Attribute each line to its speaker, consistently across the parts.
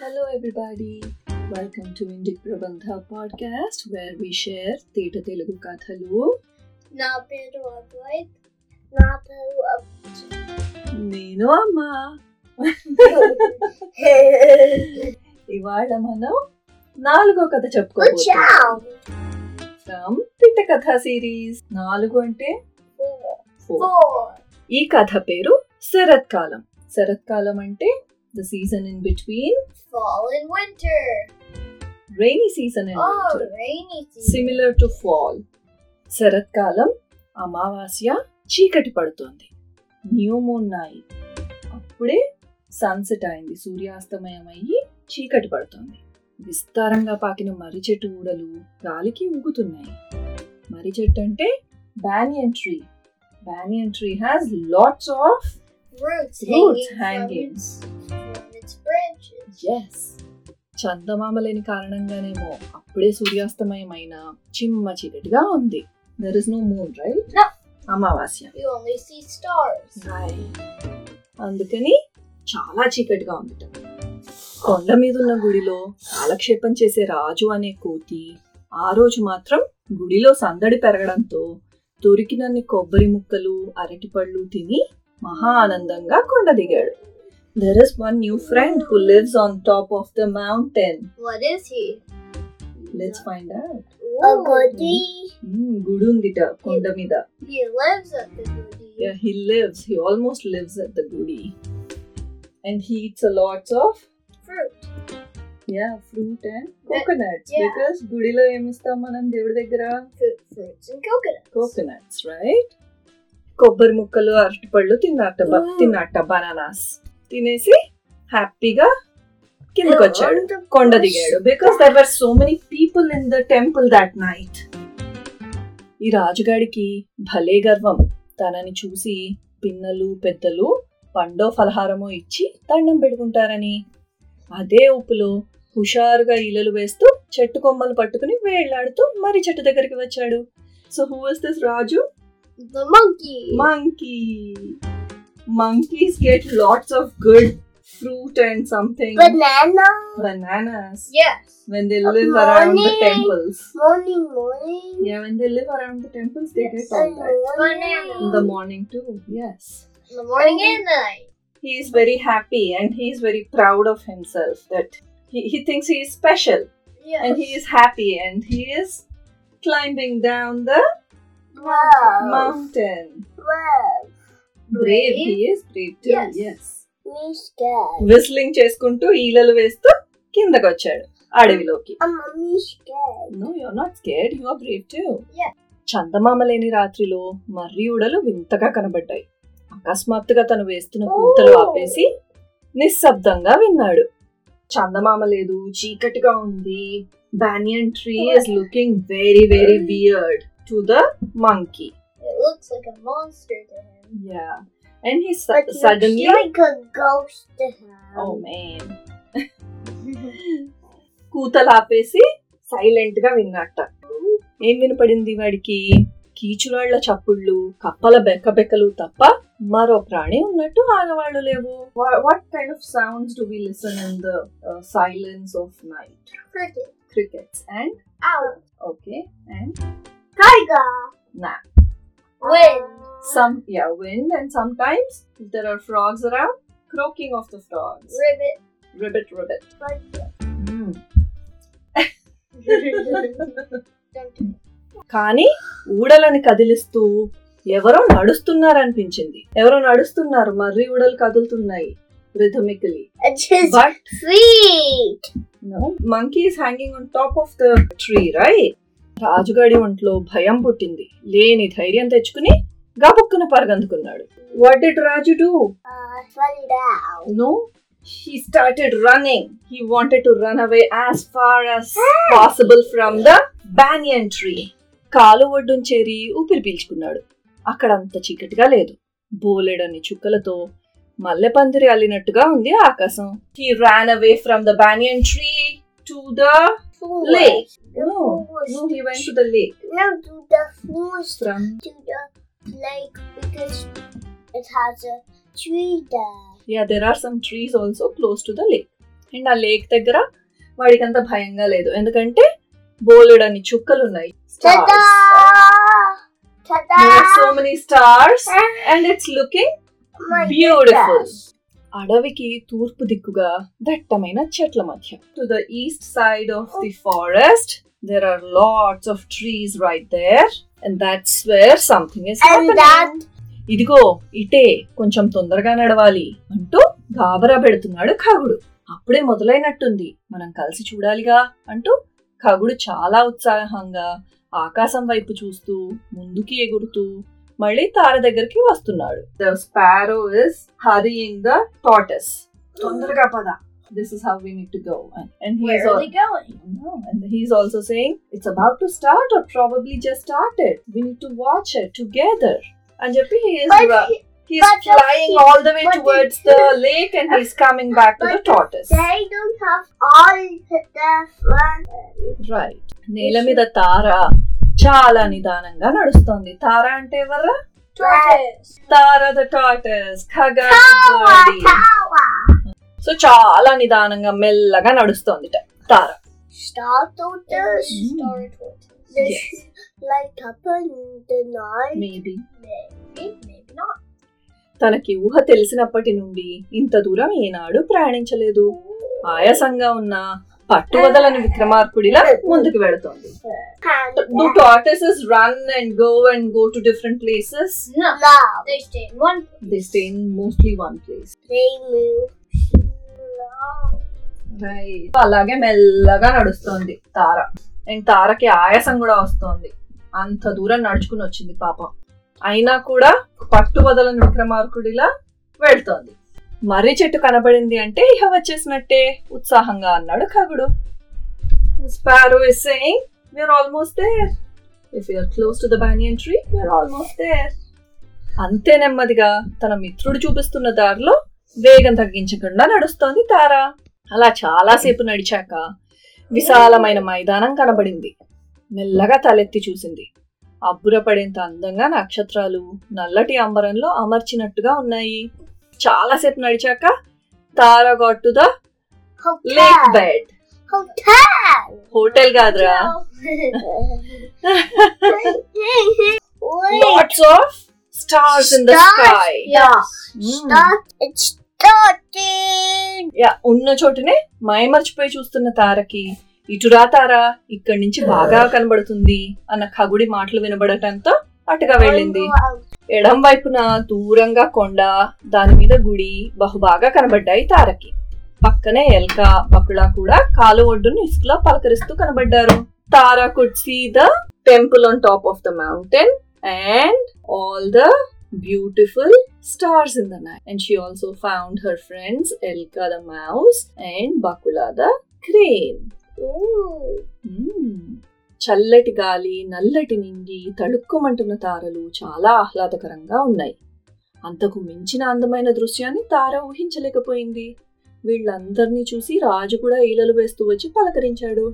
Speaker 1: Hello, everybody. Welcome to Indic Prabandha podcast, where we share Theta Telugu Kathalu.
Speaker 2: నా పేరు అద్వైత్ నా పేరు
Speaker 1: నేను అమ్మ ఇవాళ మనం నాలుగో కథ చెప్పుకోవచ్చు
Speaker 2: చావ్
Speaker 1: ఫ్రమ్ పిట్ట కథ సిరీస్ నాలుగు అంటే four. ఈ కథ పేరు శరత్కాలం శరత్కాలం అంటే the season in between
Speaker 2: fall and winter
Speaker 1: rainy season and
Speaker 2: oh rainy season
Speaker 1: similar to fall శరత్కాలం అమావాస్య చీకటి పడుతోంది న్యూ మూన్ నైట్ అప్పుడే సన్సెట్ అయింది సూర్యాస్తమయం అయ్యి చీకటి పడుతోంది విస్తారంగా పాకిన మర్రి చెట్టు ఊడలు గాలికి ఊగుతున్నాయి మర్రి చెట్టు అంటే banyan tree banyan tree has lots of
Speaker 2: roots
Speaker 1: roots
Speaker 2: hanging
Speaker 1: hangings
Speaker 2: from its- from its branches
Speaker 1: yes చందమామ లేని కారణంగానేమో అప్పుడే సూర్యాస్తమయమైన చిమ్మ చీకటిగా ఉంది there is no moon right
Speaker 2: No.
Speaker 1: అమావాస్య
Speaker 2: you only see stars
Speaker 1: అందుకని చాలా చీకటిగా ఉంది కొండ మీద ఉన్న గుడిలో కాలక్షేపం చేసే రాజు అనే కోతి ఆ రోజు మాత్రం గుడిలో సందడి పెరగడంతో దొరికినన్ని కొబ్బరి ముక్కలు అరటిపళ్ళు తిని మహా ఆనందంగా కొండ దిగాడు there is one new friend who lives on top of the mountain
Speaker 2: what is he
Speaker 1: let's find out
Speaker 2: a goody
Speaker 1: Hmm, గుడి ఉందిట కొండ మీద
Speaker 2: he lives at the goody
Speaker 1: Yeah, he lives. He almost lives at the goody. And he eats a lot of
Speaker 2: fruit
Speaker 1: yeah, fruit and coconuts.
Speaker 2: yeah.
Speaker 1: Because గుడిలో ఏమిస్తాం మనం దేవుడి దగ్గర
Speaker 2: fruit fruits and coconuts
Speaker 1: coconuts right కొబ్బరి ముక్కలు అరటిపళ్ళు తిన్నట్ట బ-
Speaker 2: Mm.
Speaker 1: తిన్నట్ట bananas తినేసి హ్యాపీగా కిందకి వచ్చాడు
Speaker 2: On the
Speaker 1: కొండ
Speaker 2: bush.
Speaker 1: దిగాడు because there were so many people in the temple that night ఈ రాజుగాడికి భలే గర్వం తనని చూసి పిన్నలు పెద్దలు పండో ఫలహారమో ఇచ్చి దండం పెట్టుకుంటారని అదే ఉప్పులో హుషారుగా ఇలలు వేస్తూ చెట్టు కొమ్మలు పట్టుకుని వేళ్లాడుతూ మరి చెట్టు దగ్గరికి వచ్చాడు so who was this Raju
Speaker 2: the monkey
Speaker 1: monkey monkeys get lots of good fruit and something
Speaker 2: banana
Speaker 1: bananas
Speaker 2: yes
Speaker 1: when they
Speaker 2: Good
Speaker 1: live around the
Speaker 2: morning.
Speaker 1: temples.
Speaker 2: morning morning
Speaker 1: Yeah, when they live around the temples, they
Speaker 2: Yes,
Speaker 1: get all
Speaker 2: and
Speaker 1: that. In the
Speaker 2: Banana.
Speaker 1: morning too, yes.
Speaker 2: In the morning and night.
Speaker 1: He is very happy and he is very proud of himself that he, he thinks he is special
Speaker 2: Yes.
Speaker 1: and he is happy and he is climbing down the
Speaker 2: Wow.
Speaker 1: mountain.
Speaker 2: Wow.
Speaker 1: Brave, he is brave too,
Speaker 2: Yes.
Speaker 1: yes.
Speaker 2: Me scared.
Speaker 1: Whistling చేసుకుంటూ ఈలలు వేస్తూ కిందకు వచ్చాడు అడవిలోకి
Speaker 2: I'm a me scared.
Speaker 1: No, you're not scared. You are brave too.
Speaker 2: Yeah.
Speaker 1: చందమామ లేని రాత్రిలో మర్రి ఉడలు వింతగా కనబడ్డాయి అకస్మాత్తుగా తను వేస్తున్న
Speaker 2: Oh.
Speaker 1: కూతలు ఆపేసి నిశ్శబ్దంగా విన్నాడు చందమామ లేదు చీకటిగా ఉంది banyan tree is
Speaker 2: Oh.
Speaker 1: Looking very very
Speaker 2: Mm.
Speaker 1: Weird to the monkey
Speaker 2: It looks like a monster to him.
Speaker 1: Yeah and he
Speaker 2: But he Oh,
Speaker 1: suddenly
Speaker 2: looks like a ghost to him.
Speaker 1: Oh man కూతలు ఆపేసి silent గా విన్నట్ట ఏం వినపడింది వాడికి కీచురాళ్ల చప్పుళ్ళు కప్పల బెక్క బెక్కలు తప్ప మరో ప్రాణి ఉన్నట్టు ఆనవాళ్ళు లేవు what kind of sounds do we listen in the silence of night
Speaker 2: Cricket.
Speaker 1: Crickets and
Speaker 2: Owl.
Speaker 1: Okay and
Speaker 2: Tiger.
Speaker 1: నా
Speaker 2: Wind.
Speaker 1: Some yeah wind and sometimes there are frogs around croaking of the frogs
Speaker 2: Ribbit.
Speaker 1: Ribbit Ribbit Hmm.
Speaker 2: Dun-dun.
Speaker 1: కానీ ఊడలని కదిలిస్తూ ఎవరో నడుస్తున్నారు అనిపించింది ఎవరో నడుస్తున్నారు మర్రి ఊడలు కదులుతున్నాయి rhythmically
Speaker 2: It's his
Speaker 1: but
Speaker 2: feet.
Speaker 1: Monkey is hanging on top of the tree right రాజుగాడి ఒంట్లో భయం పుట్టింది లేని ధైర్యం తెచ్చుకుని గబుక్కున పరగందుకున్నాడు what did Raju do
Speaker 2: Uh, fell down.
Speaker 1: No, he started running. He wanted to run away as far as possible from the banyan tree. కాలు ఒడ్డున చేరి ఊపిరి పీల్చుకున్నాడు అక్కడ అంత చీకటిగా లేదు బోలెడని చుక్కలతో మల్లె పందిరి అల్లినట్టుగా ఉంది ఆకాశం he ran away from the banyan tree to the lake. No, no, he went to the lake.
Speaker 2: No, to the forest.
Speaker 1: From
Speaker 2: to the lake because it has a tree there.
Speaker 1: Yeah, there are some trees also close to the lake. And ఆ lake దగ్గర వాడికి అంత భయంగా లేదు ఎందుకంటే బోలెడని చుక్కలు ఉన్నాయి
Speaker 2: Ta-da! Ta-da!
Speaker 1: So many stars
Speaker 2: Ah,
Speaker 1: and it's looking
Speaker 2: my
Speaker 1: beautiful
Speaker 2: goodness.
Speaker 1: అడవికి తూర్పు దిక్కుగా దట్టమైన చెట్ల మధ్య to the east side of
Speaker 2: Oh.
Speaker 1: The forest there are lots of trees right there and that's where something is
Speaker 2: And that
Speaker 1: ఇదిగో ఇటే కొంచెం తొందరగా నడవాలి అంటూ గాబరా పెడుతున్నాడు ఖగుడు అప్పుడే మొదలైనట్టుంది మనం కలిసి చూడాలిగా అంటూ ఖగుడు చాలా ఉత్సాహంగా ఆకాశం వైపు చూస్తూ ముందుకి ఎగురుతూ మళ్ళీ తార దగ్గరికి వస్తున్నాడు the sparrow is hurrying the tortoise తొందరగా పద this is how we need to go and he is
Speaker 2: where are they going?
Speaker 1: No, and he's also saying it's about to start or probably just started. We need to watch it together. And Jappi he is
Speaker 2: But
Speaker 1: ra-
Speaker 2: he-
Speaker 1: he's
Speaker 2: but the
Speaker 1: flying
Speaker 2: sea-
Speaker 1: all the way
Speaker 2: but the-
Speaker 1: towards the lake and he's coming back to the
Speaker 2: But
Speaker 1: tortoise.
Speaker 2: they don't have all the fun.
Speaker 1: Right. నేల మీద తార చాలా నిదానంగా నడుస్తోంది తార అంటే ఎవర్రా
Speaker 2: Tortoise.
Speaker 1: Tara the tortoise ఖగ
Speaker 2: Tawa, tawa.
Speaker 1: So చాలా నిదానంగా మెల్లగా నడుస్తోంది ట- Tara
Speaker 2: Star tortoise.
Speaker 1: Mm.
Speaker 2: Star tortoise. They
Speaker 1: Yes.
Speaker 2: should light up in the night.
Speaker 1: Maybe
Speaker 2: Maybe, maybe not.
Speaker 1: తనకి ఊహ తెలిసినప్పటి నుండి ఇంత దూరం ఏనాడు ప్రయాణించలేదు ఆయాసంగా ఉన్న పట్టు వదలని విక్రమార్కుడిలా ముందుకు వెళుతోంది
Speaker 2: And
Speaker 1: Do tortoises run and go and go to different places?
Speaker 2: love.
Speaker 3: They stay in one.
Speaker 1: They stay in mostly one place.
Speaker 2: They move slow.
Speaker 1: Right. అలాగే మెల్లగా నడుస్తోంది తార అండ్ తారకి ఆయాసం కూడా వస్తోంది అంత దూరం నడుచుకుని వచ్చింది పాపం అయినా కూడా పట్టు వదలని విక్రమార్కుడిలా వెళ్తోంది మర్రి చెట్టు కనబడింది అంటే ఇహ వచ్చేసినట్టే ఉత్సాహంగా అన్నాడు ఖగుడు sparrow is saying we're almost there if you're close to the banyan tree we're almost there అంతే నెమ్మదిగా తన మిత్రుడు చూపిస్తున్న దారిలో వేగం తగ్గించకుండా నడుస్తోంది తార అలా చాలాసేపు నడిచాక విశాలమైన మైదానం కనబడింది మెల్లగా తలెత్తి చూసింది అబ్బురపడేంత అందంగా నక్షత్రాలు నల్లటి అంబరంలో అమర్చినట్టుగా ఉన్నాయి చాలాసేపు నడిచాక Tara got to the lake
Speaker 2: Hotel.
Speaker 1: Bed
Speaker 2: Hotel.
Speaker 1: Hotel కాదురా
Speaker 2: Wait.
Speaker 1: Lots of stars in the sky
Speaker 2: Yeah.
Speaker 1: Hmm.
Speaker 3: Mm.
Speaker 2: Start. It's starting.
Speaker 1: Yeah ఉన్న చోటనే మైమర్చిపోయి చూస్తున్న తారకి ఇటురా తారా ఇక్కడి నుంచి బాగా కనబడుతుంది అన్న ఖగుడి మాటలు వినబడటంతో అటుగా వెళ్ళింది ఎడం వైపున దూరంగా కొండ దాని మీద గుడి బహుబాగా కనబడ్డాయి తారకి పక్కనే ఎల్క బకుళా కూడా కాలు ఒడ్డును ఇసుకలో పలకరిస్తూ కనబడ్డారు Tara could see the temple on top of the mountain and all the beautiful stars in the night and she also found her friends Elka the mouse and Bakula the crane
Speaker 2: Ooh.
Speaker 1: మ్మ్. చల్లటి గాలి నల్లటి నింగి తడుక్కుమంటున్న తారలు చాలా ఆహ్లాదకరంగా ఉన్నాయి అంతకు మించిన అందమైన దృశ్యాన్ని తార ఊహించలేకపోయింది వీళ్ళందరినీ చూసి రాజు కూడా ఈలలు వేస్తూ వచ్చి పలకరించాడు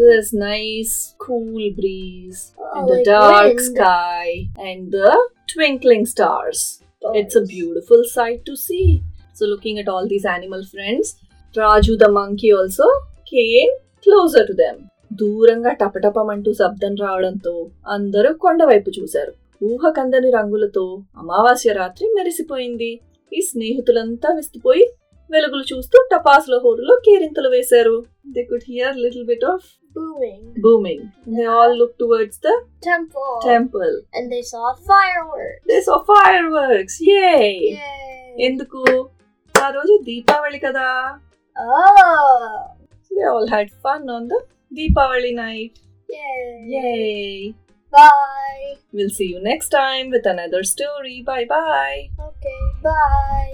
Speaker 1: this nice cool breeze and the
Speaker 2: Oh, like
Speaker 1: dark
Speaker 2: wind.
Speaker 1: Sky and the twinkling stars It's a beautiful sight to see. So, looking at all these animal friends, Raju the monkey also came closer to them. దూరంగా టపటపమంటూ శబ్దం రావడంతో అందరూ కొండవైపు చూశారు ఊహకందని రంగులతో అమావాస్య రాత్రి మెరిసిపోయింది ఈ స్నేహితులంతా విస్తుపోయి వెలుగులు చూస్తూ టపాసుల హోరులో కేరింతలు వేశారు they could hear little bit of
Speaker 2: booming
Speaker 1: booming they all look towards the
Speaker 2: temple.
Speaker 1: Temple
Speaker 2: and they saw fireworks.
Speaker 1: This of fireworks yay
Speaker 2: Yay.
Speaker 1: ఎందుకు ఆ రోజు దీపావళి కదా
Speaker 2: oh.
Speaker 1: They all had fun on the Deepavali night
Speaker 2: Yay.
Speaker 1: యే
Speaker 2: Bye.
Speaker 1: Will see you next time with another story bye bye
Speaker 2: Okay. Bye.